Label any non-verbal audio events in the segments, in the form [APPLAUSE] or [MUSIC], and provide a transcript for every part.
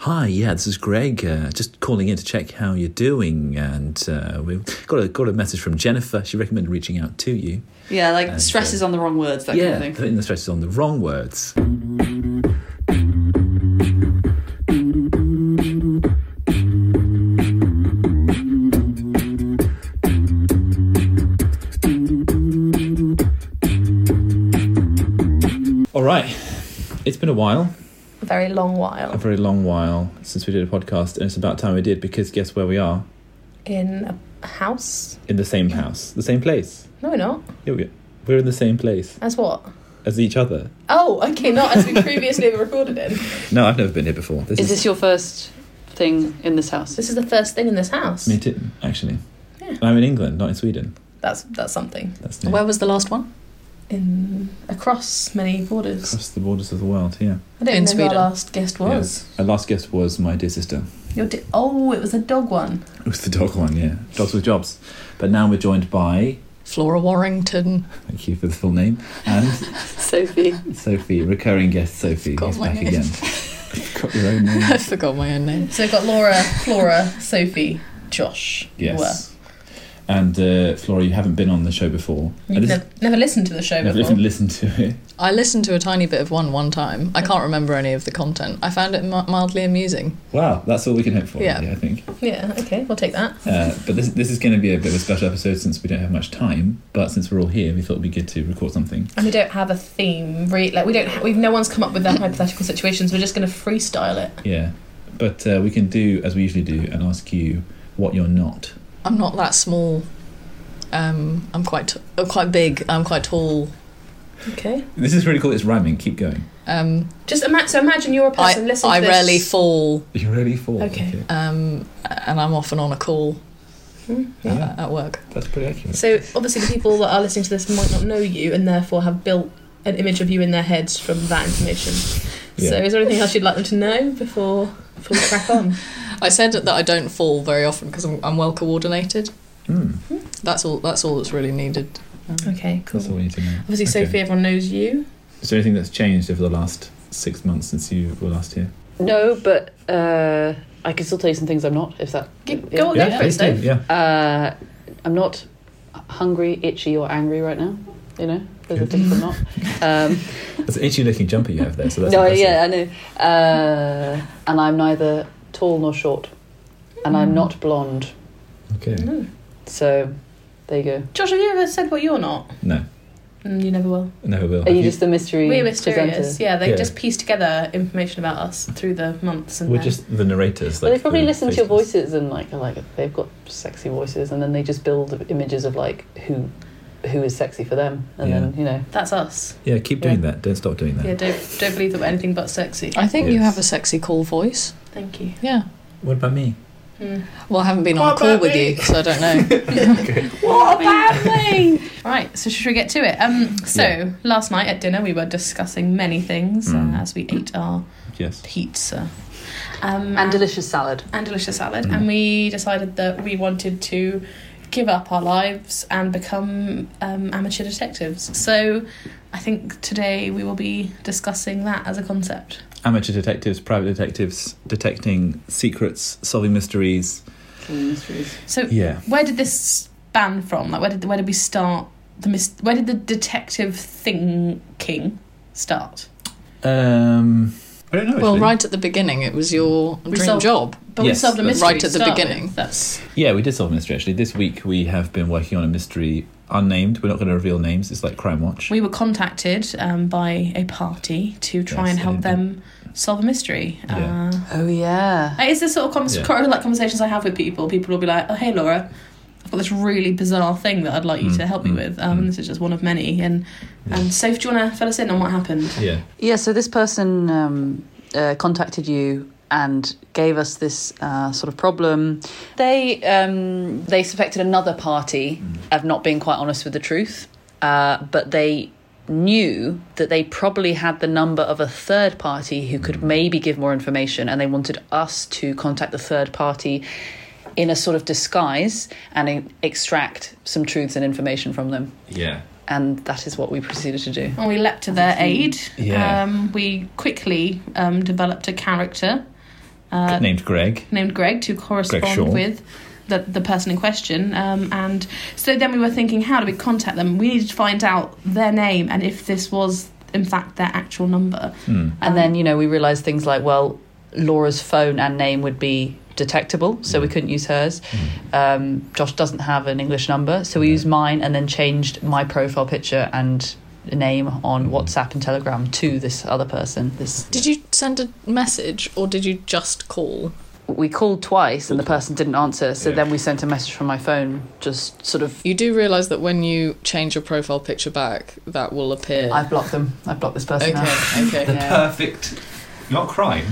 Hi, yeah, this is Greg. Uh, just calling in to check how you're doing. And uh, we've got a, got a message from Jennifer. She recommended reaching out to you. Yeah, like And, stresses on the wrong words, that yeah, kind of thing. putting the stresses on the wrong words. All right. It's been a while, A very long a while very long while since we did a podcast, and it's about time we did because guess where we are? in a house. In the same house, the same place. No, we're not. Here we go. We're in the same place As what? as each other. Oh, okay, [LAUGHS] not as we previously recorded it. No, I've never been here before. This Is this your first thing in this house? This is the first thing in this house. Me too, actually. Yeah. I'm in England, not in Sweden. That's that's something. That's new. Where was the last one? In across many borders. Across the borders of the world, yeah. I don't In know who Sweden. our last guest was. Our last guest was my dear sister. Your di- oh, it was a dog one. It was the dog one, yeah. Dogs with jobs. But now we're joined by, Flora Warrington. thank you for the full name, and Sophie. Sophie, recurring guest Sophie, Forgot who's my back name. again. Got your own name. I forgot my own name. So we've got Laura, Flora, Sophie, Josh. Yes. And uh, Flora, you haven't been on the show before. Were. And You've this- nev- never listened to the [LAUGHS] show never before. even listened to it. I listened to a tiny bit of one one time. I can't remember any of the content. I found it mi- mildly amusing. Wow, that's all we can hope for, Yeah. really, I think. Yeah, okay, we'll take that. Uh, but this, this is going to be a bit of a special episode since we don't have much time. But since we're all here, we thought it'd be good to record something. And we don't have a theme, re- like we don't. Ha- we've no one's come up with their hypothetical situations. We're just going to freestyle it. Yeah. But uh, we can do as we usually do and ask you what you're not. I'm not that small. Um, I'm quite t- uh, quite big. I'm quite tall. Okay. This is really cool. It's rhyming. Keep going. Um, Just ima- so imagine you're a I, person listening. I to this. rarely fall, You really fall. Okay. um, and I'm often on a call uh, Hmm. Yeah. at, at work. That's pretty accurate. So obviously the people that are listening to this might not know you and therefore have built an image of you in their heads from that information. Yeah. So is there anything else you'd like them to know before before we crack [LAUGHS] on? I said that I don't fall very often because I'm, I'm well coordinated. Hmm, That's all. That's all that's really needed. Okay, cool. That's all we need to know. Obviously, Okay. Sophie, everyone knows you. Is there anything that's changed over the last six months since you were last here? No, but uh, I can still tell you some things I'm not, if that. Go- go on. Well, go for it, please do, Steve. Yeah. Uh, I'm not hungry, itchy, or angry right now. You know, there's a different not. Um, That's an itchy looking jumper you have there. So that's no, impressive. yeah, I know. Uh, and I'm neither tall nor short, and I'm not blonde. Okay. No. So, there you go. Josh, have you ever said what you're not? No. Mm, you never will. No, Will. Are have you just the mystery We're presenter? mysterious. Yeah, they Yeah. just piece together information about us through the months and We're then- just the narrators. Well, like they probably the listen to your faces. voices and like, are like they've got sexy voices, and then they just build images of like who, who is sexy for them, and Yeah. then you know. that's us. Yeah, keep doing that. Don't stop doing that. Yeah, don't don't believe that we're anything but sexy. I think you Yes. have a sexy call voice. Thank you. Yeah. What about me? Mm. Well, I haven't been What on a call about with me? you, so I [LAUGHS] don't know. What about [LAUGHS] me? right, so should we get to it? Um, so Yeah. last night at dinner we were discussing many things Mm. uh, as we ate our Yes. pizza um, And delicious salad. and delicious salad, Mm. and we decided that we wanted to give up our lives and become um, amateur detectives. So I think today we will be discussing that as a concept. Amateur detectives, private detectives, detecting secrets, solving mysteries. So Yeah. where did this span from? Like where did where did we start the mis- where did the detective thinking start? Um, I don't know. well, actually. right at the beginning, it was your We dream solved- job. But Yes, we solved a that's- mystery Right to at the start beginning. with. That's Yeah, we did solve a mystery actually. This week we have been working on a mystery unnamed. We're not going to reveal names. It's like Crime Watch. we were contacted um, by a party to try Yes, and they help did. them solve a mystery. Yeah. Oh yeah. Uh, it's the sort of cons- Yeah. kind of like conversations I have with people. People will be like, "Oh, hey, Laura." I've got this really bizarre thing that I'd like you Mm, to help me mm, with. Um, mm. This is just one of many. And Yeah. and Soph, do you want to fill us in on what happened? yeah. Yeah. So this person um, uh, contacted you and gave us this uh, sort of problem. They um, they suspected another party of not being quite honest with the truth, uh, but they knew that they probably had the number of a third party who could maybe give more information, and they wanted us to contact the third party. In a sort of disguise and in- extract some truths and information from them. Yeah. And that is what we proceeded to do. And we leapt to their aid. Yeah. Um, we quickly um, developed a character uh, named Greg. named Greg to correspond Shaw. with the, the person in question. Um, and so then we were thinking, how do we contact them? We needed to find out their name and if this was, in fact, their actual number. Hmm. And then, you know, we realised things like, well, Laura's phone and name would be detectable, so we couldn't use hers. Um, Josh doesn't have an English number, so we No. used mine and then changed my profile picture and name on WhatsApp and Telegram to this other person. This Did you send a message or did you just call? we called twice and the person didn't answer, so Yeah. then we sent a message from my phone, just sort of. You do realise that when you change your profile picture back, that will appear. I've blocked them. I've blocked this person. okay, Now. The okay. [LAUGHS] Yeah. perfect, not crime,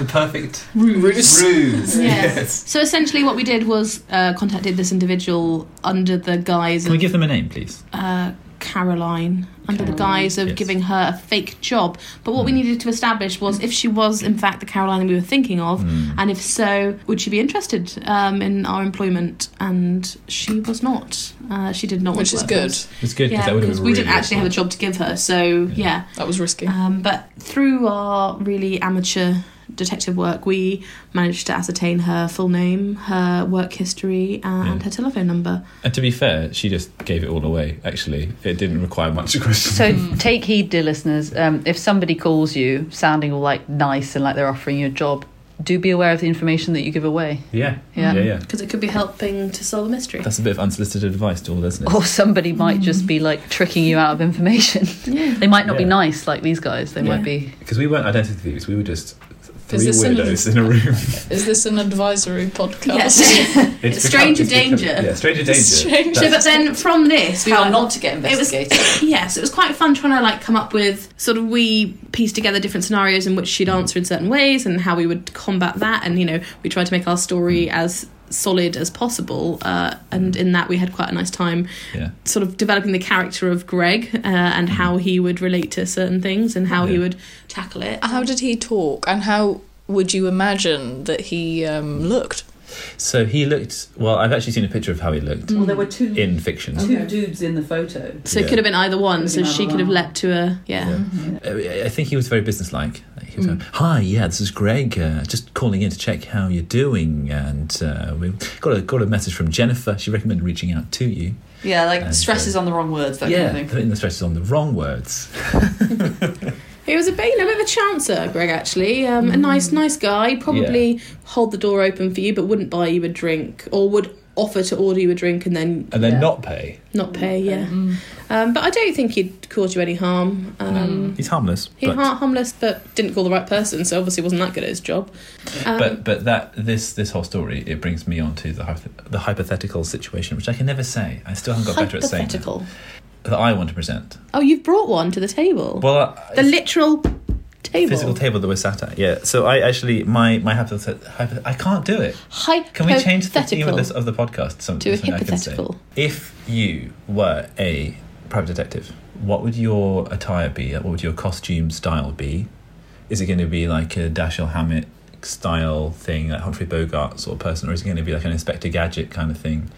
the perfect Ruse. ruse. So essentially, what we did was uh, contacted this individual under the guise Can we of give them a name, please? uh, Caroline, under the Caroline, guise of yes. giving her a fake job. But what we Mm. needed to establish was if she was, in fact, the Caroline we were thinking of, Hmm. and if so, would she be interested um, in our employment? And she was not. Uh, she did not, want Which to is work good. with us. It's good Yeah, that would have because been we didn't really actually have a job to give her. So yeah, That was risky. um, but through our really amateur detective work, we managed to ascertain her full name, her work history, uh, and Yeah. her telephone number. And to be fair, she just gave it all away. Actually, it didn't require much [LAUGHS] question. So take heed, dear listeners. Um, if somebody calls you sounding all like nice and like they're offering you a job, do be aware of the information that you give away. yeah. Yeah. yeah, yeah. Because it could be helping to solve a mystery. That's a bit of unsolicited advice to all listeners. Oh. Or somebody might just be like tricking you out [LAUGHS] of information. Yeah. [LAUGHS] they might not be Yeah. nice like these guys. They Yeah. might be. Because we weren't identity thieves, we were just three Is this an- weirdos [LAUGHS] in a room. Is this an advisory podcast? [LAUGHS] Yes. It's Stranger become- it's become- danger. yeah, stranger danger. Stranger- so, but then from this, we were- to get It was- yes, it was quite fun trying to like come up with sort of we pieced together different scenarios in which she'd answer in certain ways and how we would combat that, and you know we tried to make our Hmm. story as solid as possible, uh, and in that we had quite a nice time yeah. Hmm. sort of developing the character of Greg uh, and how he would relate to certain things and how he Yeah. would tackle it. How did he talk, and how would you imagine that he um, looked? So he looked. Well, I've actually seen a picture of how he looked [LAUGHS] Well, there were two in fiction. two Okay. dudes in the photo. so Yeah. it could have been either one. Could have So been she either could have one. leapt to a yeah. Yeah. Mm-hmm. I I think he was very businesslike. He was like, Hi, yeah, this is Greg. Uh, just calling in to check how you're doing, and uh, we got a got a message from Jennifer. She recommended reaching out to you. Yeah, like And, stresses on the wrong words. yeah, putting the stresses on the wrong words. He was a bit, you know, a bit of a chancer, Greg. Actually, um, a Mm. nice, nice guy. Probably hold the door open for you, but wouldn't buy you a drink, or would offer to order you a drink and then and then Yeah. not pay. not pay. Yeah, Mm. um, but I don't think he'd caused you any harm. Um, He's harmless, He but, har- harmless, but didn't call the right person, so obviously wasn't that good at his job. Um, but but that this this whole story it brings me on to the hypo- the hypothetical situation, which I can never say. I still haven't got better at saying that, hypothetical. that I want to present. Oh, you've brought one to the table. Well, I- the literal table. physical table that we're sat at. Yeah. So I actually my my hypothet- hypo- I can't do it. Hypothetical. Can we change the theme of this of the podcast? Some, To a something I can say. hypothetical. If you were a private detective, what would your attire be? What would your costume style be? Is it going to be like a Dashiell Hammett style thing, like Humphrey Bogart sort of person, or is it going to be like an Inspector Gadget kind of thing?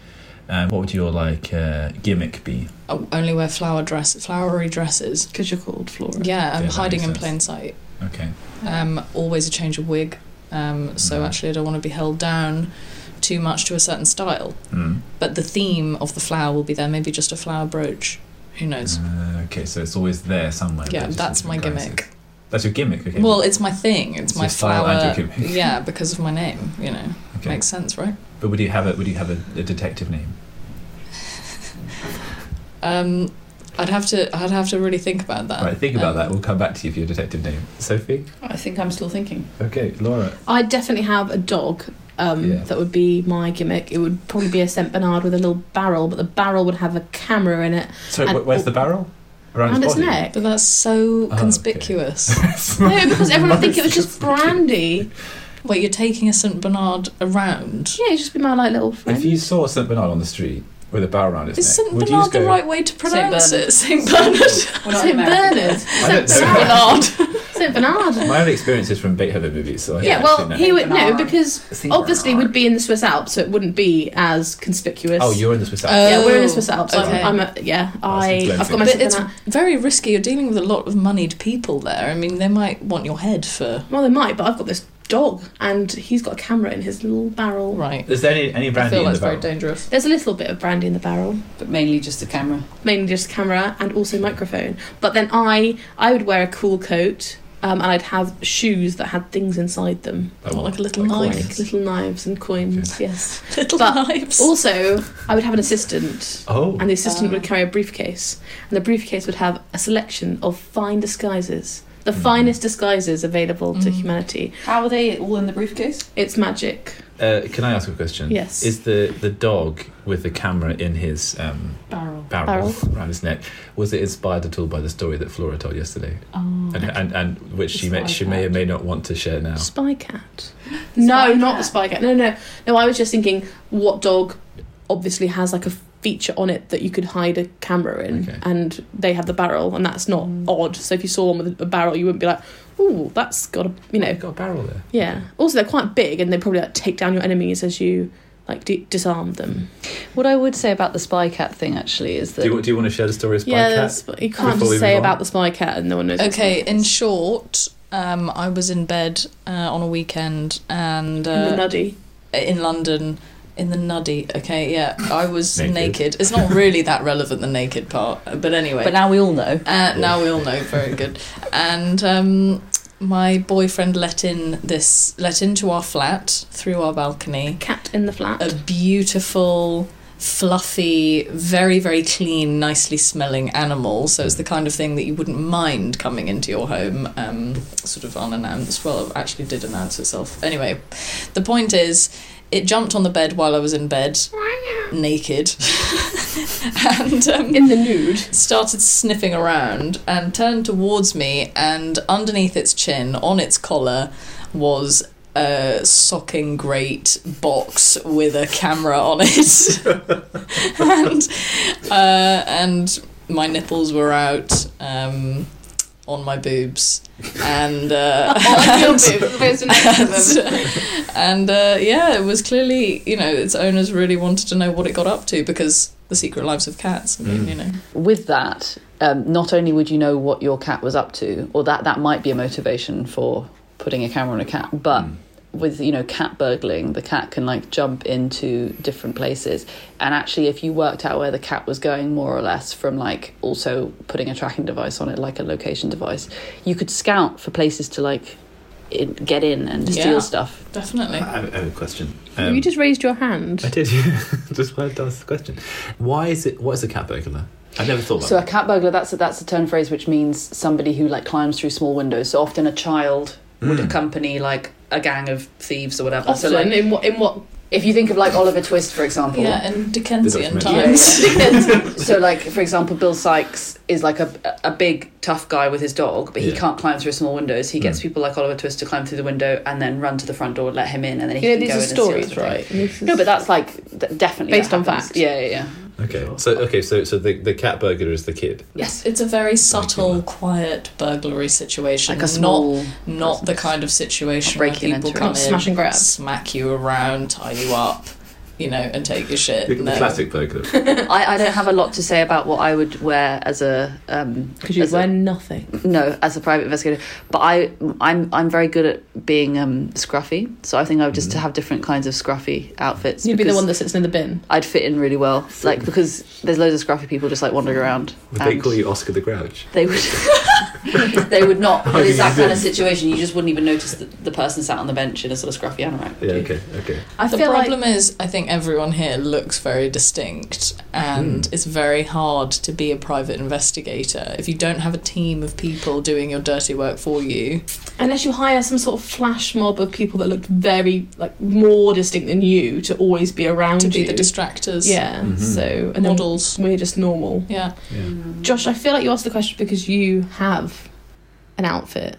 Um, what would your like uh, gimmick be? Oh, only wear flower dress, flowery dresses. Because you're called Flora. Yeah, I'm Yeah, that hiding makes in sense. plain sight. Okay. Um, always a change of wig. Um, so Mm. actually, I don't want to be held down too much to a certain style. Hmm. But the theme of the flower will be there. Maybe just a flower brooch. Who knows? Uh, okay, so it's always there somewhere. but yeah, it's just that's my different guises. gimmick. That's your gimmick. Okay. Well, it's my thing. It's, It's my your style flower. and your gimmick. [LAUGHS] yeah, because of my name. You know, Okay. makes sense, right? But would you have a would you have a, a detective name? Um, I'd have to. I'd have to really think about that. right, think about Um, that. We'll come back to you for your detective name, Sophie. I think I'm still thinking. Okay, Laura. I'd definitely have a dog. Um, Yeah. That would be my gimmick. It would probably be a Saint Bernard with a little barrel, but the barrel would have a camera in it So And- wh- where's the barrel? Around around his its body. neck. But that's so Oh, okay. [LAUGHS] conspicuous. No, because everyone would think it was just brandy. Wait, you're taking a St Bernard around? Yeah, it'd just be my like little friend. If you saw Saint Bernard on the street with a barrel around its Is neck, St would you Bernard just the go? right way to pronounce Bernard. it? St Bernard. Saint I Bernard. don't St know. [LAUGHS] Bernard. Saint Bernard. My only experience is from Beethoven movies, so I Yeah, don't well, actually know. he would no Bernard. because Saint obviously Bernard. we'd be in the Swiss Alps, so it wouldn't be as conspicuous. Oh, you're in the Swiss Alps. Uh, yeah, we're in Oh, the Swiss Alps. okay. I'm, I'm a, yeah, so it's I, I've got Glenfiddich. my But Saint it's Bernard. very risky. You're dealing with a lot of moneyed people there. I mean, they might want your head for. Well, they might, but I've got this dog, and he's got a camera in his little barrel. Right. Is there any, any I brandy feel in that's the very barrel? [LAUGHS] dangerous. There's a little bit of brandy in the barrel, but mainly just the camera. mainly just camera and also microphone. But then I I would wear a cool coat, um, and I'd have shoes that had things inside them, Like Not what? like a little Oh, Like knife. coins? little knives and coins. Yes. Little But knives. Also, I would have an assistant. Oh, And the assistant Ah. would carry a briefcase, and the briefcase would have a selection of fine disguises, the Mm-hmm. finest disguises available to Mm. humanity. How are they all in the briefcase? It's magic. uh, can I ask a question? Yes. Is the, the dog with the camera in his um, Barrel. barrel, around his neck was it inspired at all by the story that Flora told yesterday, Oh. and and, and which she It's may what she I've may or had. may not want to share now? Spy cat. no, Spy not cat. the spy cat. No, no, no. I was just thinking, what dog obviously has like a feature on it that you could hide a camera in, Okay. and they have the barrel, and that's not odd. So if you saw one with a barrel, you wouldn't be like, "Ooh, that's got a," you know. You've got a barrel there. Yeah. Also, they're quite big, and they probably like take down your enemies as you like d- disarm them. What I would say about the spy cat thing actually is that Do you want, do you want to share the story of Spy yeah, Cat? that's- you can't Before we just say move on. about the spy cat and no one knows. what Okay, spy cat in is. short, um, I was in bed uh, on a weekend and And the uh, nuddy. in London in the nuddy. Okay, yeah, I was Naked. naked. It's not really that relevant the naked part, but anyway. but now we all [LAUGHS] know. Uh, now we all know. Very good. And um, my boyfriend let in this let into our flat through our balcony Cat in the Uh, flat. a beautiful, fluffy, very, very clean, nicely smelling animal. So it's the kind of thing that you wouldn't mind coming into your home, um, sort of unannounced. Well, it actually did announce itself. Anyway, the point is, it jumped on the bed while I was in bed, naked, [LAUGHS] and um, in the nude. started sniffing around and turned towards me and underneath its chin on its collar was a socking great box with a camera on it [LAUGHS] and uh, and my nipples were out um, on my boobs [LAUGHS] and uh, and, [LAUGHS] and, uh, yeah, it was clearly you know its owners really wanted to know what it got up to because the secret lives of cats. I mean, Mm. You know, With that, um, not only would you know what your cat was up to, or that that might be a motivation for putting a camera on a cat, but Mm. with you know cat burgling, the cat can like jump into different places, and actually, if you worked out where the cat was going, more or less, from like also putting a tracking device on it, like a location device, you could scout for places to like in, get in and Yeah. steal stuff. I definitely. have I have a question. you Um, just raised your I hand. did. [LAUGHS] just wanted to ask the question. Why is it? What is a cat burglar? I never thought about. So a that. cat burglar that's a, that's a term phrase which means somebody who like climbs through small windows. So often a child would Mm. accompany like a gang of thieves or whatever. Often So like in what in what if you think of like Oliver Twist for example. Yeah, and Dickensian There's Yeah, times. yeah. [LAUGHS] so like for example Bill Sykes is like a a big tough guy with his dog but he Yeah. can't climb through small windows. He gets Mm. people like Oliver Twist to climb through the window and then run to the front door and let him in and then he you know can these go are in and steal stories, everything. right? No, but that's like th- definitely Based that on happens. fact. Yeah, yeah, yeah. Okay. So okay. So so the, the cat burglar is the kid. Yes. [LAUGHS] It's a very subtle, Regular. quiet burglary situation. Like a small not not the kind of situation where Breaking and people entering. come in, Not smash and grab. smack you around, tie you up, you know, and take your shit. The, the No. classic burglar. I, I don't have a lot to say about what I would wear as a um Because you as a- wear nothing. no as a private investigator, but I I'm I'm very good at being um scruffy, so I think I would just Mhm. have different kinds of scruffy outfits. Mm-hmm. You'd be the because one that sits in the bin. I'd fit in really well, like because there's loads of scruffy people just like wandering around. Would they and call you Oscar the Grouch? They would. [LAUGHS] they [LAUGHS] would not. But it's Oh, that you kind of do. situation. You just wouldn't even notice that the person sat on the bench in a sort of scruffy anorak. would Yeah. you? Okay. Okay. I The feel problem like is, I think everyone here looks very distinct, and Hmm. it's very hard to be a private investigator if you don't have a team of people doing your dirty work for you. unless you hire some sort of flash mob of people that looked very like more distinct than you to always be around To be you. the distractors, yeah. Mhm. So and then models. we're just normal. Yeah, Yeah. Josh, I feel like you asked the question because you have an outfit.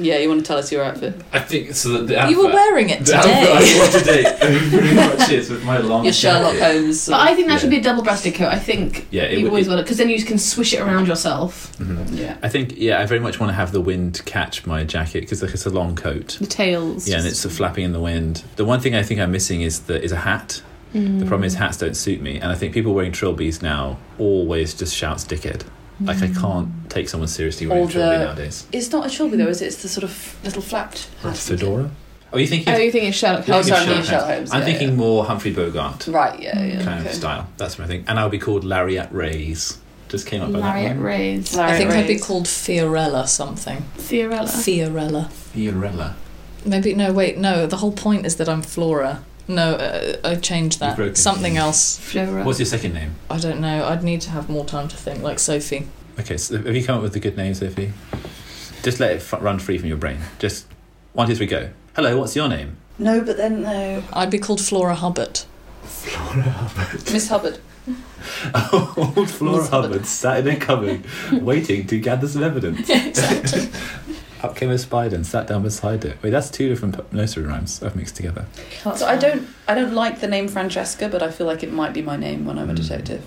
Yeah, you want to tell us your outfit? I think so. That the you were outfit- wearing it The outfit today. I wore today. I mean, pretty much is with my long. Your Sherlock jacket. Holmes. But I think that Yeah. should be a double-breasted coat. I think Yeah. It, you would- always it, want it because then you can swish it around yourself. mhm. yeah. I think yeah. I very much want to have the wind catch my jacket because like, it's a long coat. The tails. Yeah, and it's sort of flapping in the wind. The one thing I think I'm missing is the is a hat. The problem Mm. is hats don't suit me, and I think people wearing trilbies now always just shouts "dickhead." Like Mm. I can't take someone seriously wearing Or a trilby the- nowadays. It's not a trilby though, is it? It's the sort of little flapped Or a hat. fedora. Are you thinking? Oh, of- you thinking Sherlock you're Holmes? thinking of sorry, Sherlock Sherlock Holmes. Holmes, I'm yeah, thinking more Humphrey Bogart Right, yeah, yeah. kind of style. That's my thing. And I'll be called Lariat Rays. Just came up with that Lariat one. Rays. Lariat I think I'd be Rays. called Fiorella something. Fiorella. Fiorella. Fiorella. Maybe no. Wait, no. The whole point is that I'm Flora. No, uh, I changed You've broken that. Something it. else. Fiorella. What's your second name? I don't know. I'd need to have more time to think. Like Sophie. Okay, so have you come up with a good name, Sophie? Just let it f- run free from your brain. Just one, two, three, go. Hello, what's your name? No, but then no. I'd be called Flora Hubbard. Miss Hubbard. [LAUGHS] Oh, Flora Elizabeth. Hubbard sat in a cupboard, waiting to gather some evidence. [LAUGHS] Up came a spider and sat down beside it. Wait, that's two different p- nursery rhymes I've mixed together. So I don't, I don't like the name Francesca, but I feel like it might be my name when I'm a Mm. detective.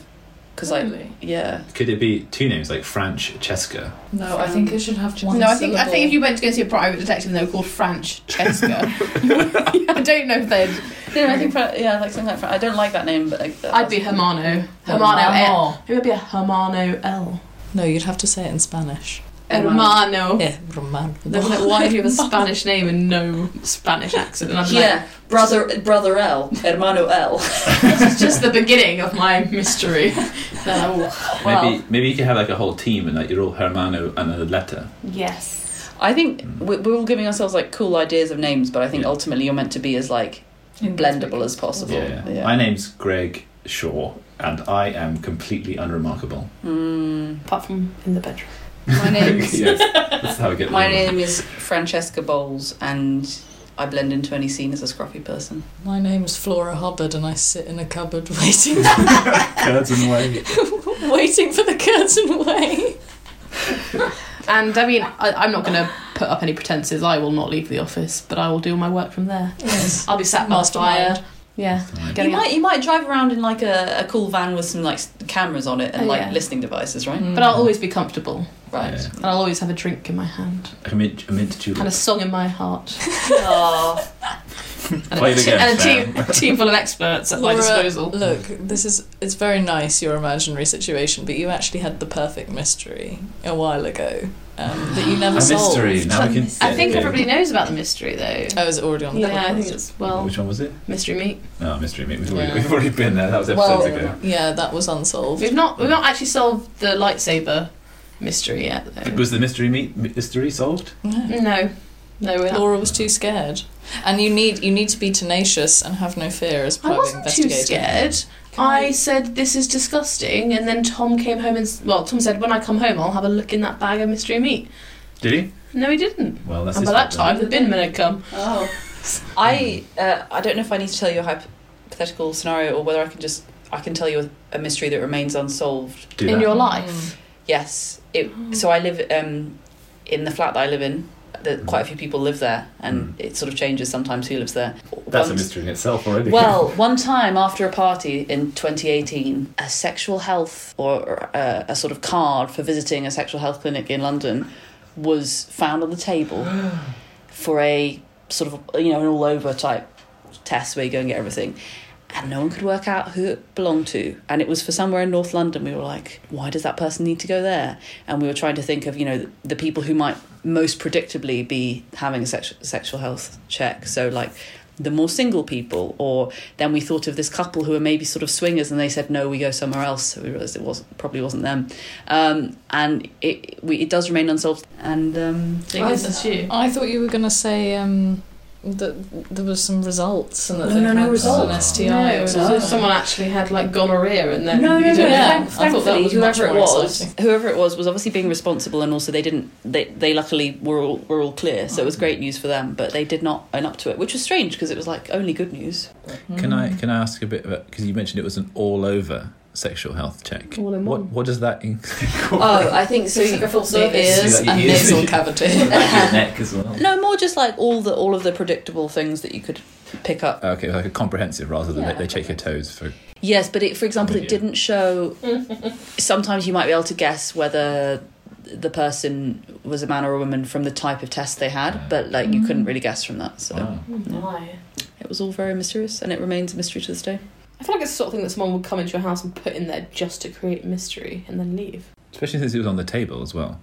Because I, Really? yeah, Could it be two names like Francesca? No, I think it should have one. No, I think I syllable. think if you went to go see a private detective and they were called [LAUGHS] Francesca, I don't know if they'd. no, I think, Fran- yeah, like something like Fran- I uh, don't like that name, but like, that- I'd be Hermano. Hermano L. Maybe I'd be a Hermano L. No, you'd have to say it in Spanish. Eh, Hermano. Yeah, Roman. They're like, why do you [LAUGHS] have a Spanish name and no Spanish accent? And I'm like, Yeah, brother, brother L, hermano L. this is just the beginning of my mystery. [LAUGHS] Then I will- maybe maybe you could have like a whole team and like you're all Hermano and a letter. yes. I think we- we're all giving ourselves like cool ideas of names, but I think Yeah. ultimately you're meant to be as like [LAUGHS] blendable as possible. Yeah, yeah. My name's Greg Shaw and I am completely [LAUGHS] unremarkable. Mm. Apart from in the bedroom. [LAUGHS] My name's yes, that's how I get my the- name is Francesca Bowles, and I blend into any scene as a scruffy person. My name's Flora Hubbard, and I sit in a cupboard [LAUGHS] [LAUGHS] waiting, Curds and whey. waiting for the curtain way. And I mean, I, I'm not going to put up any pretenses. I will not leave the office, but I will do my work from there. Yes. I'll be sat by the fire. Yeah. You Getting up. might you might drive around in like a, a cool van with some like s- cameras on it and Oh, like yeah. Mm-hmm. listening devices, right? Mm. But I'll always be comfortable. Right. Yeah. And I'll always have a drink in my hand A mint, a mint and a julep. song in my heart. [LAUGHS] Aw. And Play a, it again, and a Sam. team, a team full of experts at my Laura, disposal. Look, this is it's very nice your imaginary situation, but you actually had the perfect mystery a while ago um, that you never A solved. mystery. Now we can. I think yeah. everybody knows about the mystery, though. I was already on the yeah, I podcast. think it's well Which one was it? mystery meat. No, Oh, mystery meat. We've, already, Yeah. we've already been there. That was episodes well, ago. yeah, that was unsolved. We've not we've not actually solved the lightsaber mystery yet. Though. Was the mystery meat mystery solved? Yeah. No, no, we're not. Laura was too scared, and you need you need to be tenacious and have no fear as I private wasn't too investigator. scared. I said this is disgusting, and then Tom came home and s- well, Tom said when I come home I'll have a look in that bag of mystery meat. Did he? No, he didn't. Well, that's and his by that fault time the bin men had come. Oh. I Mm. uh, I don't know if I need to tell you a hypothetical scenario or whether I can just I can tell you a, a mystery that remains unsolved. then. Do in that. your Mm. life. Yes. [GASPS] It, So I live um, in the flat that I live in. That quite a few people live there, and it sort of changes sometimes who lives there. Mm. That's a Once- mystery in itself already. [LAUGHS] Well, one time after a party in 2018, a sexual health or uh, a sort of card for visiting a sexual health clinic in London was found on the table for a sort of, you know, an all over type test where you go and get everything. And no one could work out who it belonged to. And it was for somewhere in North London. We were like, why does that person need to go there? And we were trying to think of, you know, the people who might most predictably be having a sex- sexual health check. So, like, the more single people, or then we thought of this couple who were maybe sort of swingers, and they said no, we go somewhere else. So we realised it was probably wasn't them, um, and it we, it does remain unsolved. And um, I think this is you. Mm. I thought you were going to say um, that there was some results and that No, they no, had no results. an STI. No, or it was something. as if someone actually had like gonorrhea and then No, you no, don't no, know. thank- I thought that thankfully, was much whoever it more was, exciting. whoever it was, was obviously being responsible, and also they didn't. They they luckily were all were all clear, so it was great news for them. But they did not own up to it, which was strange because it was like only good news. Mm. can I can I ask a bit about because you mentioned it was an all over sexual health check. All in what one. what does that in- [LAUGHS] Oh, I think so. It's like a full service. Ears See, like and [LAUGHS] your ears. nasal [LAUGHS] cavity. your neck as well? No, more just like all the all of the predictable things that you could pick up Okay, like a comprehensive rather than Yeah, they, they check your toes for. Yes, but it, for example, Video. it didn't show. sometimes you might be able to guess whether the person was a man or a woman from the type of test they had, but like you couldn't really guess from that. So Wow. Why? it was all very mysterious, and it remains a mystery to this day. [LAUGHS] I feel like it's the sort of thing that someone would come into your house and put in there just to create mystery and then leave. Especially since it was on the table as well.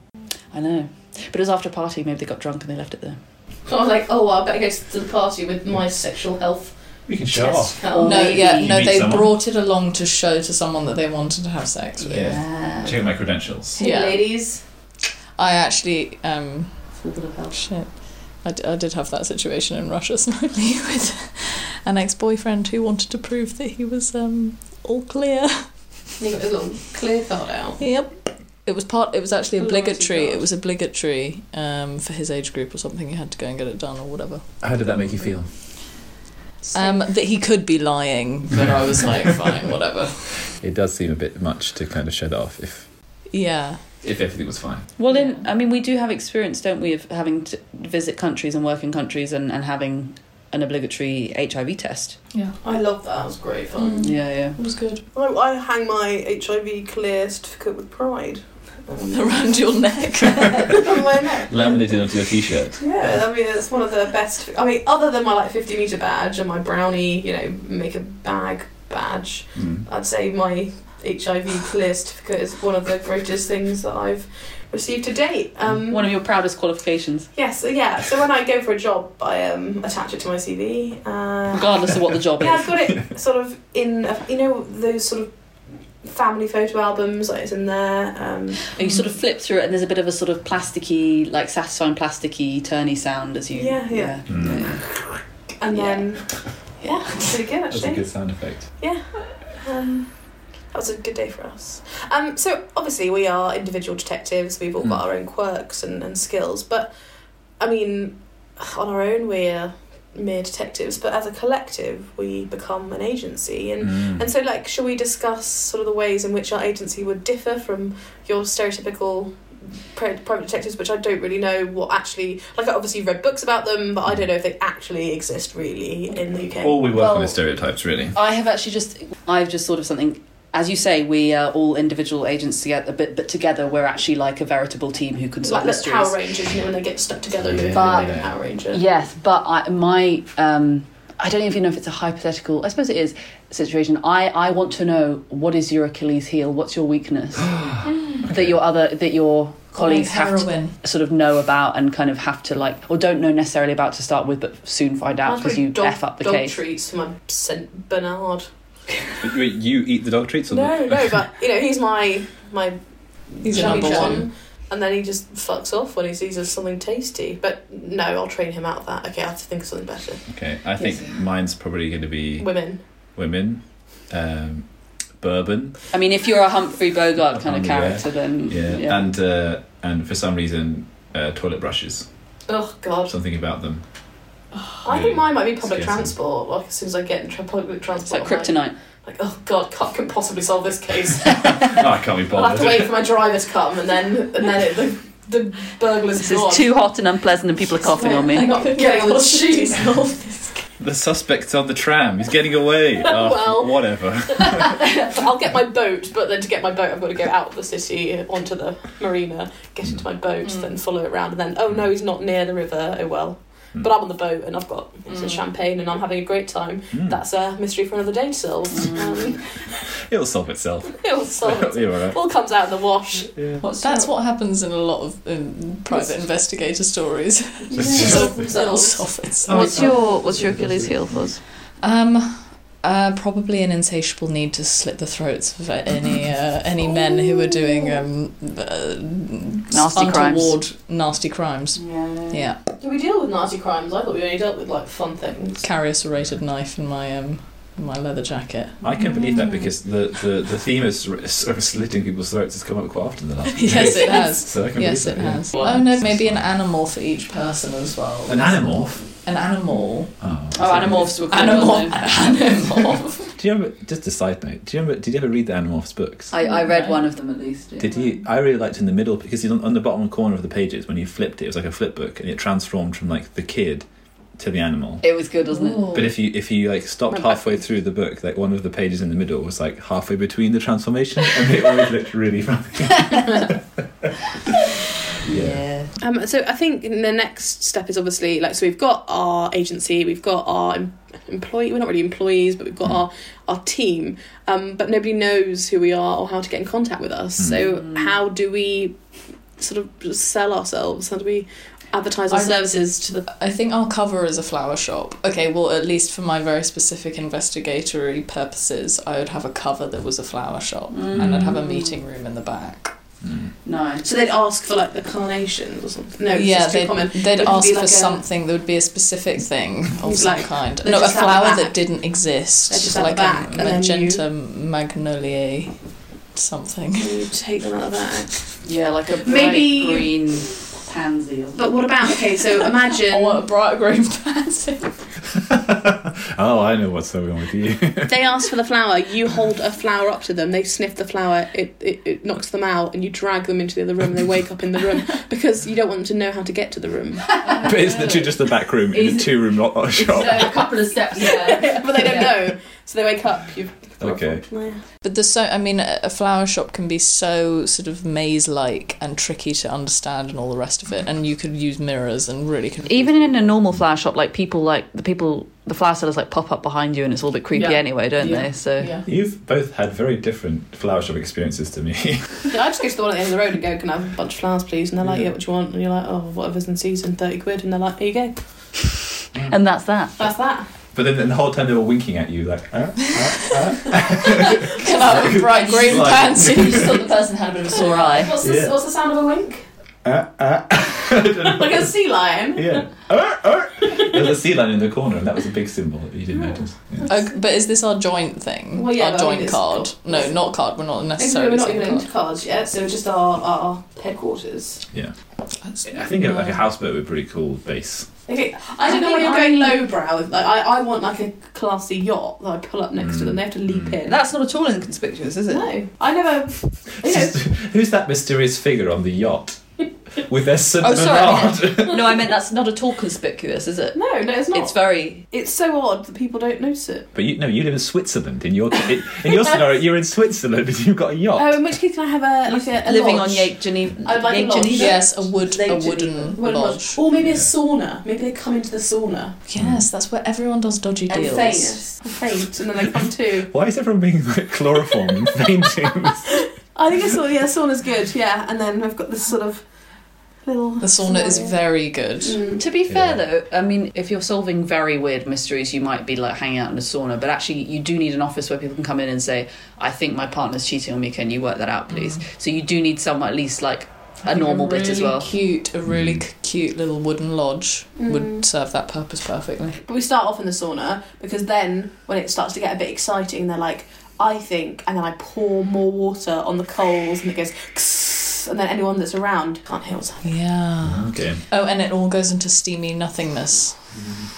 I know, but it was after a party. Maybe they got drunk and they left it there. I was like, oh, well, I better go to the party with my sexual health We can show off. test. card. No, yeah, You no, meet they someone. brought it along to show to someone that they wanted to have sex with. Yeah. Check out my credentials. Hey, Yeah. ladies. I actually, um, Full bit of health. shit, I, d- I did have that situation in Russia [LAUGHS] slightly with an ex-boyfriend who wanted to prove that he was um all clear. You got a little clear card out. Yep. It was part. It was actually Oh, that's obligatory. a It was obligatory um, for his age group or something. You had to go and get it done or whatever. How did that make you feel? Um, that he could be lying, but I was like, fine, whatever. It does seem a bit much to kind of shed off if Yeah. if everything was fine. Well, in I mean, we do have experience, don't we, of having to visit countries and work in countries and, and having an obligatory HIV test. Yeah. I love that. That was great fun. Mm. Yeah, yeah. It was good. I, I hang my HIV clear certificate with pride. [LAUGHS] [LAUGHS] Around your [LAUGHS] [LAUGHS] neck. on my neck. Laminated onto your t-shirt. Yeah, I mean it's one of the best. I mean, other than my like fifty meter badge and my brownie, you know, make a bag badge, Mm. I'd say my HIV clear certificate is one of the greatest things that I've received to date. Um, One of your proudest qualifications, Yes, uh, yeah. So when I go for a job, I um, attach it to my CV. Uh, regardless of what the job [LAUGHS] yeah, I've is. got it sort of in, a, you know, those sort of family photo albums. Like it's in there. Um, And you sort of flip through it, and there's a bit of a sort of plasticky, like satisfying plasticky, turny sound as you. Yeah, yeah. Mm. and Yeah. then, yeah, it's pretty good That's a actually. good sound effect. Um, that was a good day for us. Um, so obviously we are individual detectives. We've all got Hmm. our own quirks and, and skills, but I mean, on our own we're mere detectives. But as a collective, we become an agency, and Mm. and so like, shall we discuss sort of the ways in which our agency would differ from your stereotypical? pri- Private detectives, which I don't really know what actually like. I obviously read books about them, but I don't know if they actually exist really in the UK. All we work on Well- is stereotypes, really. I have actually just, I've just thought of something. As you say, we are all individual agents together, but but together we're actually like a veritable team who can solve like the mysteries. Power Rangers, you know, when they get stuck together and Yeah, they become yeah. the Power Ranger. Yes, but I, my um, I don't even know if it's a hypothetical. I suppose it is situation. I I want to know what is your Achilles heel? What's your weakness that your other that your colleagues have to heroin. sort of know about and kind of have to like or don't know necessarily about to start with, but soon find out Mine's because probably you dog, f up the dog case. treats for my Saint Bernard. Wait, wait, you eat the dog treats? Or [LAUGHS] No, no, but you know he's my my He's chummy number chum, one. and then he just fucks off when he sees us something tasty. But no, I'll train him out of that. Okay, I have to think of something better. Okay, I think mine's probably going to be Women. women, um, bourbon, I mean, if you're a Humphrey Bogart kind of Yeah. character, then yeah, and uh, and for some reason, uh, toilet brushes. Oh God, Something about them. I think mine might be public Scarcity. transport. Like as soon as I get in tra- public it's transport, like I'm kryptonite. Like, like, oh God, can't can possibly solve [LAUGHS] this case. oh, I can't be I'll have to bothered. wait for my driver to come, and then and then it, the the burglar's This gone. is too hot and unpleasant, and people are coughing on me. not getting on the shoes. [LAUGHS] [LAUGHS] the suspect's on the tram. He's getting [LAUGHS] away. Oh, Well. whatever. I'll get my boat, but then to get my boat, I've got to go out of the city onto the marina, get into my boat, Mm. then follow it round, and then oh Mm. no, he's not near the river. Oh well. But I'm on the boat and I've got some Mm. champagne and I'm having a great time. Hmm. Mm. That's a mystery for another day to solve. Mm. Um, It'll solve itself. it'll [LAUGHS] solve It'll it. be all right. All comes out in the wash. That's what happens in a lot of um, private investigator stories. [LAUGHS] Solve Little themselves. soffits. Oh, What's your what's your Achilles heel, Fuzz? Oh, Um, uh, probably an insatiable need to slit the throats of any uh, any men who are doing um, uh, Nasty crimes. untoward nasty crimes. Yeah, Do we deal with Nazi crimes? I thought we only dealt with like fun things. carry a serrated knife in my um in my leather jacket. I can believe Mm. that because the, the, the theme of sl- sort of slitting people's throats has come up quite often in the [LAUGHS] last. few [LAUGHS] yes, days. it has. So I can Yes, believe it that, yeah. has. Oh no, maybe an animal for each person as well. An animal. An animal. Oh, Oh, Animorphs were cool, Animal. weren't they? Animal. [LAUGHS] Do you remember? Just a side note. Do you remember? Did you ever read the Animorphs books? I, I read one of them at least. yeah. Did you? I really liked in the middle because you know, on the bottom corner of the pages when you flipped it, it was like a flip book, and it transformed from like the kid to the animal. It was good, wasn't it? But if you if you like stopped halfway through the book, like one of the pages in the middle was like halfway between the transformation, and it always looked really funny. yeah. Um, so I think the next step is obviously like so we've got our agency, we've got our em- employee. We're not really employees, but we've got our our team. Um, but nobody knows who we are or how to get in Mm. contact with us. So how do we sort of sell ourselves? How do we advertise our our I- services to the I think our cover is a flower shop. Okay, well, at least for my very specific investigatory purposes, I would have a cover that was a flower shop, and I'd have a meeting room in the back. Mm. No. So they'd ask for like the carnations or something. No, yeah, yeah, too they'd, common. they'd It would ask be for like a- something. There would be a specific thing of some Like, kind. they're No, a just at the flower that back. didn't exist, They're just at the like back, and a then magenta magnoliae, something. You take them out of that. Yeah, like a bright Maybe- green pansy. Or something. But what about okay? [LAUGHS] So imagine. I want a bright green [LAUGHS] pansy. [LAUGHS] oh, I know what's going on with you. [LAUGHS] They ask for the flower. You hold a flower up to them. They sniff the flower. It, it, it knocks them out, and you drag them into the other room. And they wake up in the [LAUGHS] room because you don't want them to know how to get to the room. but it's literally just the back room in a Is- two room lot shop. So a couple of steps [LAUGHS] there. but they don't know, so they wake up. You Okay. But there's so, I mean, a a flower shop can be so sort of maze like and tricky to understand and all the rest of it. And you could use mirrors and really confuse. even in a normal flower shop, like people like the people the flower sellers like pop up behind you and it's all a bit creepy Yeah. anyway, don't Yeah. they? So Yeah. You've both had very different flower shop experiences to me. [LAUGHS] Yeah, I just go to the one at the end of the road and go, "Can I have a bunch of flowers, please?" And they're like, Yeah. "Yeah, what do you want?" And you're like, "Oh, whatever's in season, thirty quid." And they're like, "Here you go." and that's that. [LAUGHS] That's that. But then, then the whole time they were winking at you, like, "Uh, huh? Can I have a bright green Like- [LAUGHS] pansy? You just thought the person had a bit of a sore eye. What's, Yeah. the, what's the sound of [LAUGHS] a wink? Uh, uh. [LAUGHS] I don't know. Like a sea lion. Yeah. Uh, uh. There's a sea lion in the corner, and that was a big symbol that you didn't notice. Yeah. Okay, Uh, but is this our joint thing? Well, yeah, our but I mean, joint it's- card. No, not card. We're not Maybe necessarily. we're not saying even card. into cards yet, so just our, our headquarters. That's- I think a, like a houseboat would be a pretty cool base. Okay, I don't know why you're going lowbrow. Like I, I want like a classy yacht that I pull up next to them. They have to leap in. That's not at all inconspicuous, is it? no, I never. You know, [LAUGHS] Who's that mysterious figure on [LAUGHS] the yacht with their Saint Oh, sorry. Bernard? No, I meant that's not at all conspicuous, is it? no, no, it's not. It's very. It's so odd that people don't notice it. [LAUGHS] But you no, you live in Switzerland. In your in [LAUGHS] your scenario, you're in Switzerland and you've got a yacht. Um, Oh, in which case can I have a like a, a living lodge? on Yake Geneva. I'd like a Yake lodge. Geneva. Yes, a wood, a Lake wooden What a lodge. Or maybe a Yeah. sauna. Maybe they come into the sauna Yes, that's where everyone does dodgy and deals. faint, and faint, and then they come [LAUGHS] to. Why is everyone being like [LAUGHS] chloroform and fainting? [LAUGHS] I think a sauna. Yeah, sauna's good. Yeah, and then we've got this sort of little. The sauna is scenario. very good. Mm. To be Yeah. fair though, I mean, if you're solving very weird mysteries, you might be like hanging out in a sauna, but actually you do need an office where people can come in and say, "I think my partner's cheating on me. Can you work that out, please?" Mm. So you do need some at least like a normal really bit as well. Cute, a really Mm. c- cute little wooden lodge Mm. would serve that purpose perfectly. But we start off in the sauna because then when it starts to get a bit exciting, they're like, I think, and then I pour more water on the coals and it goes, "Kss," and then anyone that's around can't hear what's happening. Yeah. okay. Oh, and it all goes into steamy nothingness.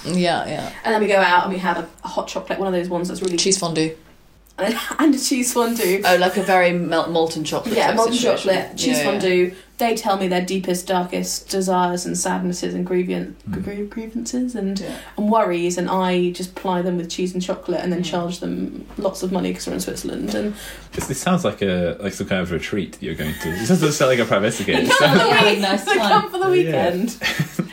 Mm. Yeah, yeah. And then we go out and we have a hot chocolate, one of those ones that's really Cheese fondue. and [LAUGHS] and a cheese fondue. Oh, like a very mel- molten chocolate. Yeah, type molten situation. chocolate, Yeah, cheese yeah. fondue. They tell me their deepest, darkest desires and sadnesses and grievance, Hmm. gr- grievances and, Yeah. and worries, and I just ply them with cheese and chocolate, and then Mm. Hmm. charge them lots of money because we're in Switzerland. And This, this sounds like a like some kind of retreat that you're going to. This doesn't sound like a [LAUGHS] private investigator. It sounds- You're [LAUGHS] having a nice they time. come for Yeah. [LAUGHS] the weekend.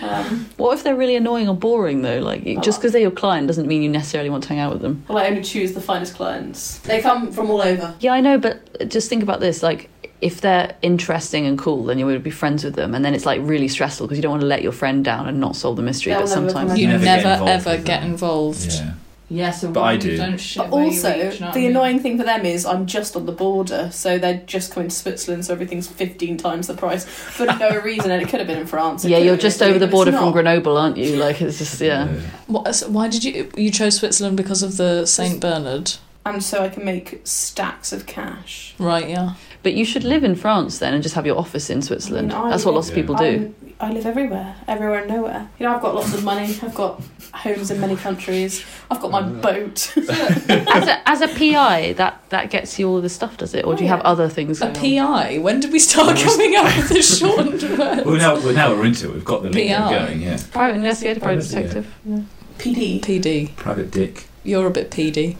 um, What if they're really annoying or boring though? Like you- just because they're your client doesn't mean you necessarily want to hang out with them. Well, I only choose the finest clients. They come from all over. Yeah, I know, but just think about this. Like, if they're interesting and cool, then you would be friends with them, and then it's like really stressful because you don't want to let your friend down and not solve the mystery. Yeah, but I'll never sometimes, recommend- You Never never, get involved ever with get them. involved. yeah. Yeah, so But why I you do. don't shit But where you also, reach, you know what I the mean? annoying thing for them is I'm just on the border, so they're just coming to Switzerland, so everything's 15 times the price for [LAUGHS] no reason, and it could have been in France. it yeah, could you're have been just in over the Italy, border but it's from not. Grenoble, aren't you? Like, it's just yeah. What, uh, so why did you you chose Switzerland because of the Saint Bernard? And so I can make stacks of cash. Right, yeah. But you should live in France then and just have your office in Switzerland. I mean, I- That's what lots of Yeah. people do. I'm- I live everywhere, everywhere and nowhere. You know, I've got lots of money, I've got homes in many countries, I've got my Uh-huh. boat. [LAUGHS] as, a, as a PI, that that gets you all this stuff, does it? Or do you Oh, yeah. have other things? A Going on? PI. When did we [LAUGHS] start coming up with the shortened word? Well, now, well, now we're into it. We've got the link PR. going. Yeah. Private investigator, private Private, yeah. detective. PD. PD. Private dick. You're a bit PD.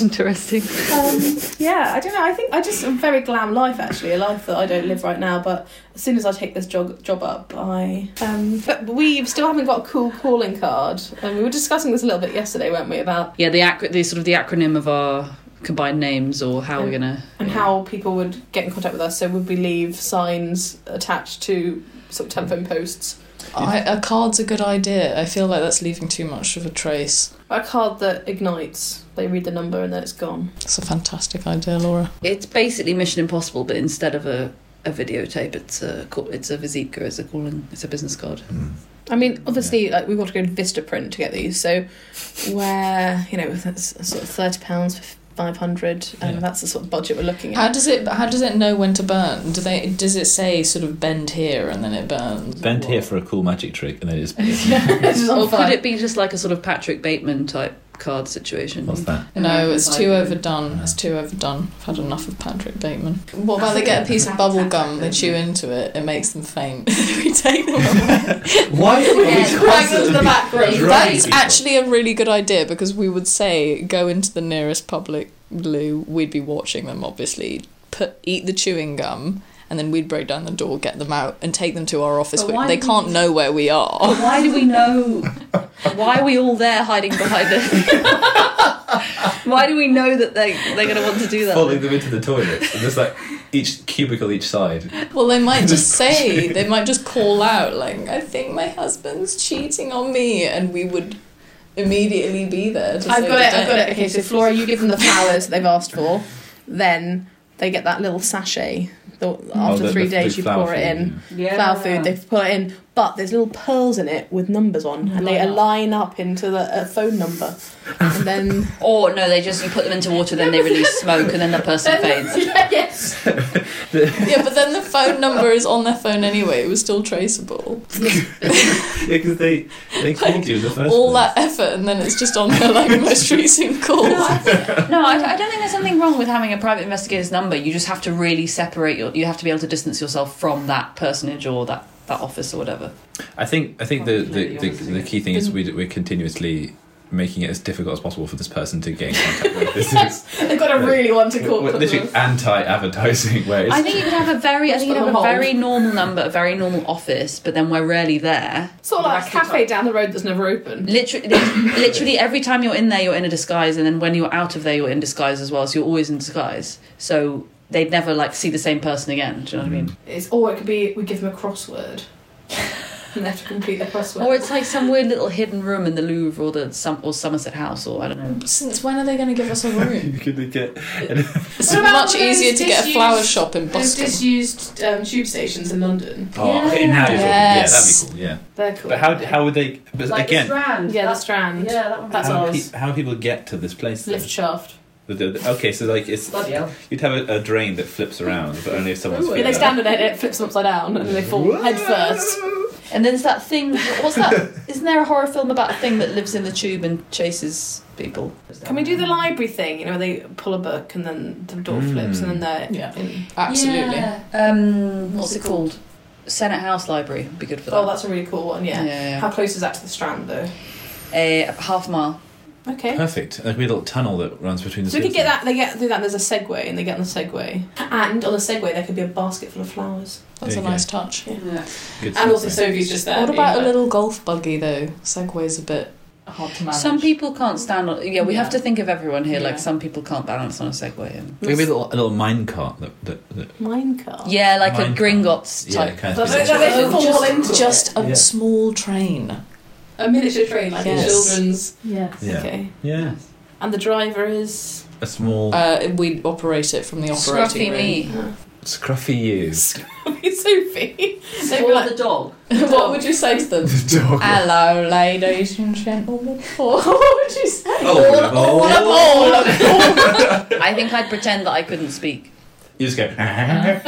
Interesting. um, yeah, I don't know. I think I just a very glam life actually, a life that I don't live right now. But as soon as I take this job job up, I. Um, but we still haven't got a cool calling card, and we were discussing this a little bit yesterday, weren't we? About Yeah, the, ac- the sort of the acronym of our combine names or how we're Yeah. gonna. and yeah. how people would get in contact with us. So would we leave signs attached to sort of telephone posts? I, a card's a good idea. I feel like that's leaving too much of a trace. A card that ignites. They read the number and then it's gone. It's a fantastic idea, Laura. It's basically Mission Impossible, but instead of a, a videotape, it's a call, it's a visite, it's a calling, it's a business card. Hmm. I mean, obviously, like we've got to go to Vistaprint to get these. So where you know that's sort of thirty pounds for five hundred, and Yeah. that's the sort of budget we're looking How at. does it? How does it know when to burn? Do they? Does it say sort of bend here and then it burns? Bent here for a cool magic trick, and then [LAUGHS] it's This is on Or could fire. it be just like a sort of Patrick Bateman type card situation? what's that? No, it's too overdone. Yeah. It's too overdone. I've had enough of Patrick Bateman. What about they get a piece of bubble gum, they chew into it, it makes them faint. [LAUGHS] we take [LAUGHS] them away. Why are Yeah, drag them to the back room. That's actually a really good idea because we would say go into the nearest public loo. We'd be watching them, obviously. Put eat the chewing gum. And then we'd break down the door, get them out, and take them to our office. But where- why They do can't we- know where [LAUGHS] we are. Why do we know? Why are we all there hiding behind the? [LAUGHS] Why do we know that they they're going to want to do that? following them into the toilet. And there's like each cubicle each side. Well, they might just say, they might just call out, like, I think my husband's cheating on me. And we would immediately be there. To I've say, got it. "Don't I've got it. Okay, so Flora, you give them [LAUGHS] the flowers that they've asked for, then they get that little sachet. The, Oh, after the- three the- days, the you flower pour it food, in. Yeah. Flower food they put it in, but there's little pearls in it with numbers on, and they Line up. align up into the uh, phone number, and [LAUGHS] then Or no, they just you put them into water, then they release smoke, and then the [LAUGHS] person [LAUGHS] faints. yes, [LAUGHS] Yeah, but then the phone number is on their phone anyway. It was still traceable. Yeah, because they they called you in the first All place. that effort, and then it's just on [LAUGHS] their like most recent No, call. I, think- no, I, I don't think there's something wrong with having a private investigator's number. You just have to really separate your. You have to be able to distance yourself from that personage or that, that office or whatever. I think I think the the, the, Obviously, the key thing is we we're continuously making it as difficult as possible for this person to get in contact with. This is they've got to really want to call. we're literally anti-advertising. Where it's I think you could have a very. I think you could have a very normal number, a very normal office, but then we're rarely there. Sort of like a cafe down the road that's never open. Literally, literally every time you're in there, you're in a disguise, and then when you're out of there, you're in disguise as well. So you're always in disguise. So they'd never like see the same person again. Do you know what I mean? It's or it could be we give them a crossword, [LAUGHS] and they have to complete their crossword. Or it's like some weird little hidden room in the Louvre or the some or Somerset House or I don't know. Since when are they going to give us a [LAUGHS] room? [LAUGHS] you could get It's What about much all those easier to get a flower disused- shop in Those Boston. disused um, tube stations in London. oh Yeah. inhabitable. Yes. Yeah, that'd be cool. Yeah, They're cool. but how how would they? But Like again, the strand. Yeah, the That's- Strand. Yeah, that one. That's how, ours. pe- how people get to this place? then? Lift shaft. The- the- the- Okay, so like it's Bloody hell. you'd have a, a drain that flips around, but only if someone's. Yeah, they stand on it, it flips them upside down, and they fall head first. And there's that thing. What's [LAUGHS] that? Isn't there a horror film about a thing that lives in the tube and chases people? Can we do the library thing? You know, where they pull a book and then the door Mm. flips, and then Yeah, they're in. absolutely. Yeah. Um, what's it called? Senate House Library would be good for that. Oh, that's a really cool one. Yeah. yeah, How close is that to the Strand, though? yeah. A half mile. Okay. Perfect. Like a wee little tunnel that runs between the. So we could two get of them. that. They get do that. And there's a Segway, and they get on the Segway. And on the Segway, there could be a basket full of flowers. That's There a you go. nice touch. Good And also stuff, Sophie's just there. What being about a like- little golf buggy though? Segway's a bit hard to manage. Some people can't stand on. Yeah, we Yeah. have to think of everyone here. Yeah. Like some people can't balance on a Segway. And, yeah. Maybe a little, a little mine cart that, that, that minecart? yeah, like Mine a Gringotts yeah, type. kind But of. they- they should fall into just it. a Yeah. small train. A miniature train, like Yes. a children's. Yes. Yeah. Okay. yeah, And the driver [LAUGHS] is. a small Uh, we operate it from the Scruffy operating room. me. scruffy you. [LAUGHS] Sophie. They'd be Or like, the dog. [LAUGHS] what would you say [LAUGHS] to them? Uh, Hello, ladies and gentlemen. [LAUGHS] what would you say? Oh, All aboard. I think I'd pretend that I couldn't speak. you just [LAUGHS] go. Uh-huh.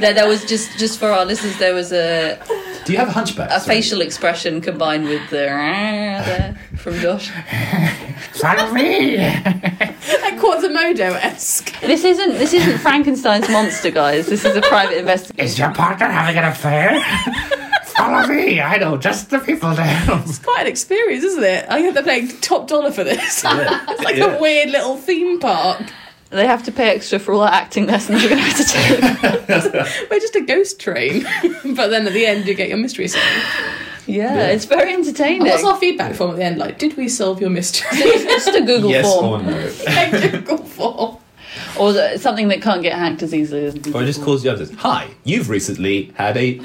There, there was just just for our listeners, there was a Do you have hunchbacks? a facial expression combined with the [LAUGHS] there from Josh. like Quasimodo esque. This isn't this isn't Frankenstein's monster, guys. This is a private investigation. [LAUGHS] Is your partner having an affair? Follow me. I know just the people down. It's quite an experience, isn't it? I think they're paying top dollar for this. it's like Yeah. a weird little theme park. They have to pay extra for all our acting lessons we're going to have to take. [LAUGHS] We're just a ghost train. but then at the end, you get your mystery song. [LAUGHS] Yeah, Yeah. it's very And what's entertaining. our feedback form at the end? Like, did we solve your [LAUGHS] mystery? It's just a Google yes form. or no. Google form. Or the- something that can't get hacked as easily as Or it just calls you up and says, Hi, you've recently had a [LAUGHS]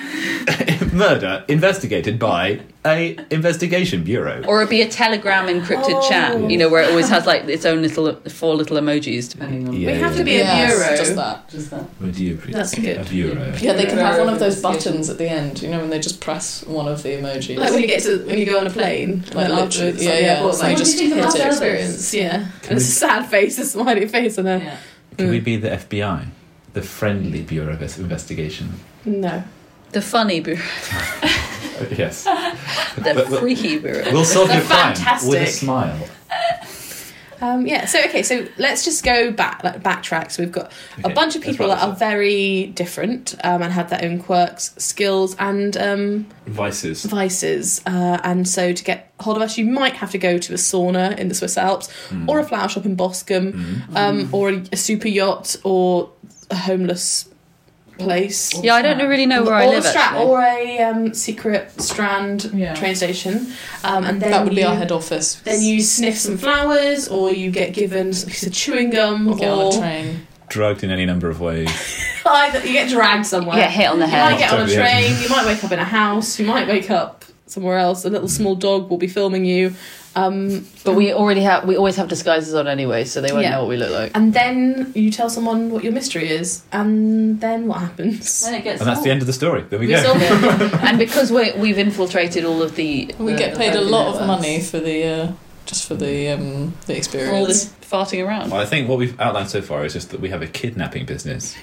murder investigated by a investigation bureau. Or it'd be a Telegram encrypted chat, you know, where it always has like its own little four little emojis depending on. Yeah, we have yeah, to be Yes, a bureau. Just that. Just that. Would you appreciate That's good. a bureau? Yeah, they can have one of those Investigation. buttons at the end, you know, when they just press one of the emojis. Like when you get to when you go on a plane, Like, like literally, afterwards, yeah, yeah, yeah, yeah, it's like, like just just hit hit it. experience, yeah. And it's a sad face, a smiley face, and a Yeah. Can Mm. we be the FBI? The friendly Bureau of Investigation. no. The funny bureau, Uh, [LAUGHS] Yes. the But- but- freaky bureau. We'll solve your crime with a fantastic. smile. Um, yeah. So okay. So let's just go back, like backtrack. So we've got Okay, a bunch of let's people wrap that this are up. very different um, and have their own quirks, skills, and um, Vices. vices. Uh, and so to get hold of us, you might have to go to a sauna in the Swiss Alps, or a flower shop in Boscombe, Mm. um, or a, a super yacht, or a homeless place. Yeah, I don't really know where or I a live. stra- actually. or a um, secret strand Yeah. train station, um, and then that would be you- our head office. Then you sniff some flowers, or you get given a piece of chewing gum, get on a or train. Drugged in any number of ways. [LAUGHS] either you get dragged somewhere. You get hit on the You might head. get on a Totally, yeah. train. You might wake up in a house. You might wake up somewhere else. A little small dog will be filming you. Um, But we already have we always have disguises on anyway, so they won't Yeah. know what we look like. and then you tell someone what your mystery is, and then what [LAUGHS] happens? it gets And Oh. that's the end of the story. There we We go. [LAUGHS] solve it. and because we we've infiltrated all of the We the- get the paid a voting lot of networks. money for the uh, just for the um, for the experience. all this farting around. Well, I think what we've outlined so far is just that we have a kidnapping business.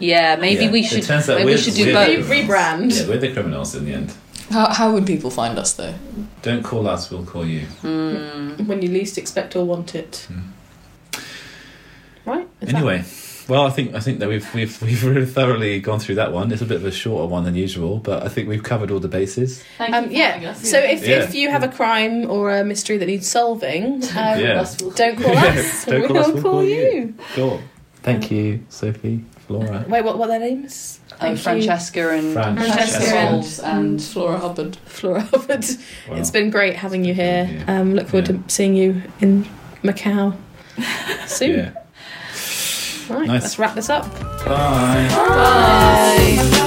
Yeah, maybe Yeah. we It should turns out maybe we we're- should do we're- both. Re- rebrand. Yeah, we're the criminals in the end. How, how would people find us though? Don't call us, we'll call you. Hmm. when you least expect or want it. Hmm. Right? Is that- Anyway, well, I think I think that we've we've [LAUGHS] we've really thoroughly gone through that one. It's a bit of a shorter one than usual, but I think we've covered all the bases. Um, yeah. So if, Yeah. if you have a crime or a mystery that needs solving, [LAUGHS] [LAUGHS] um, Yeah. don't call us. Don't call we'll us, we'll call, call you. you. Cool. Thank you, Sophie, Flora, Wait, what? What their names? Um, Thank you. Francesca and Francesca. Francesca and- Wolves and Flora Hubbard. Flora Hubbard. Wow. It's been great having you here. Yeah. Um, look forward Yeah. to seeing you in [LAUGHS] Macau soon. yeah. Right, Nice. let's wrap this up. Bye. Bye.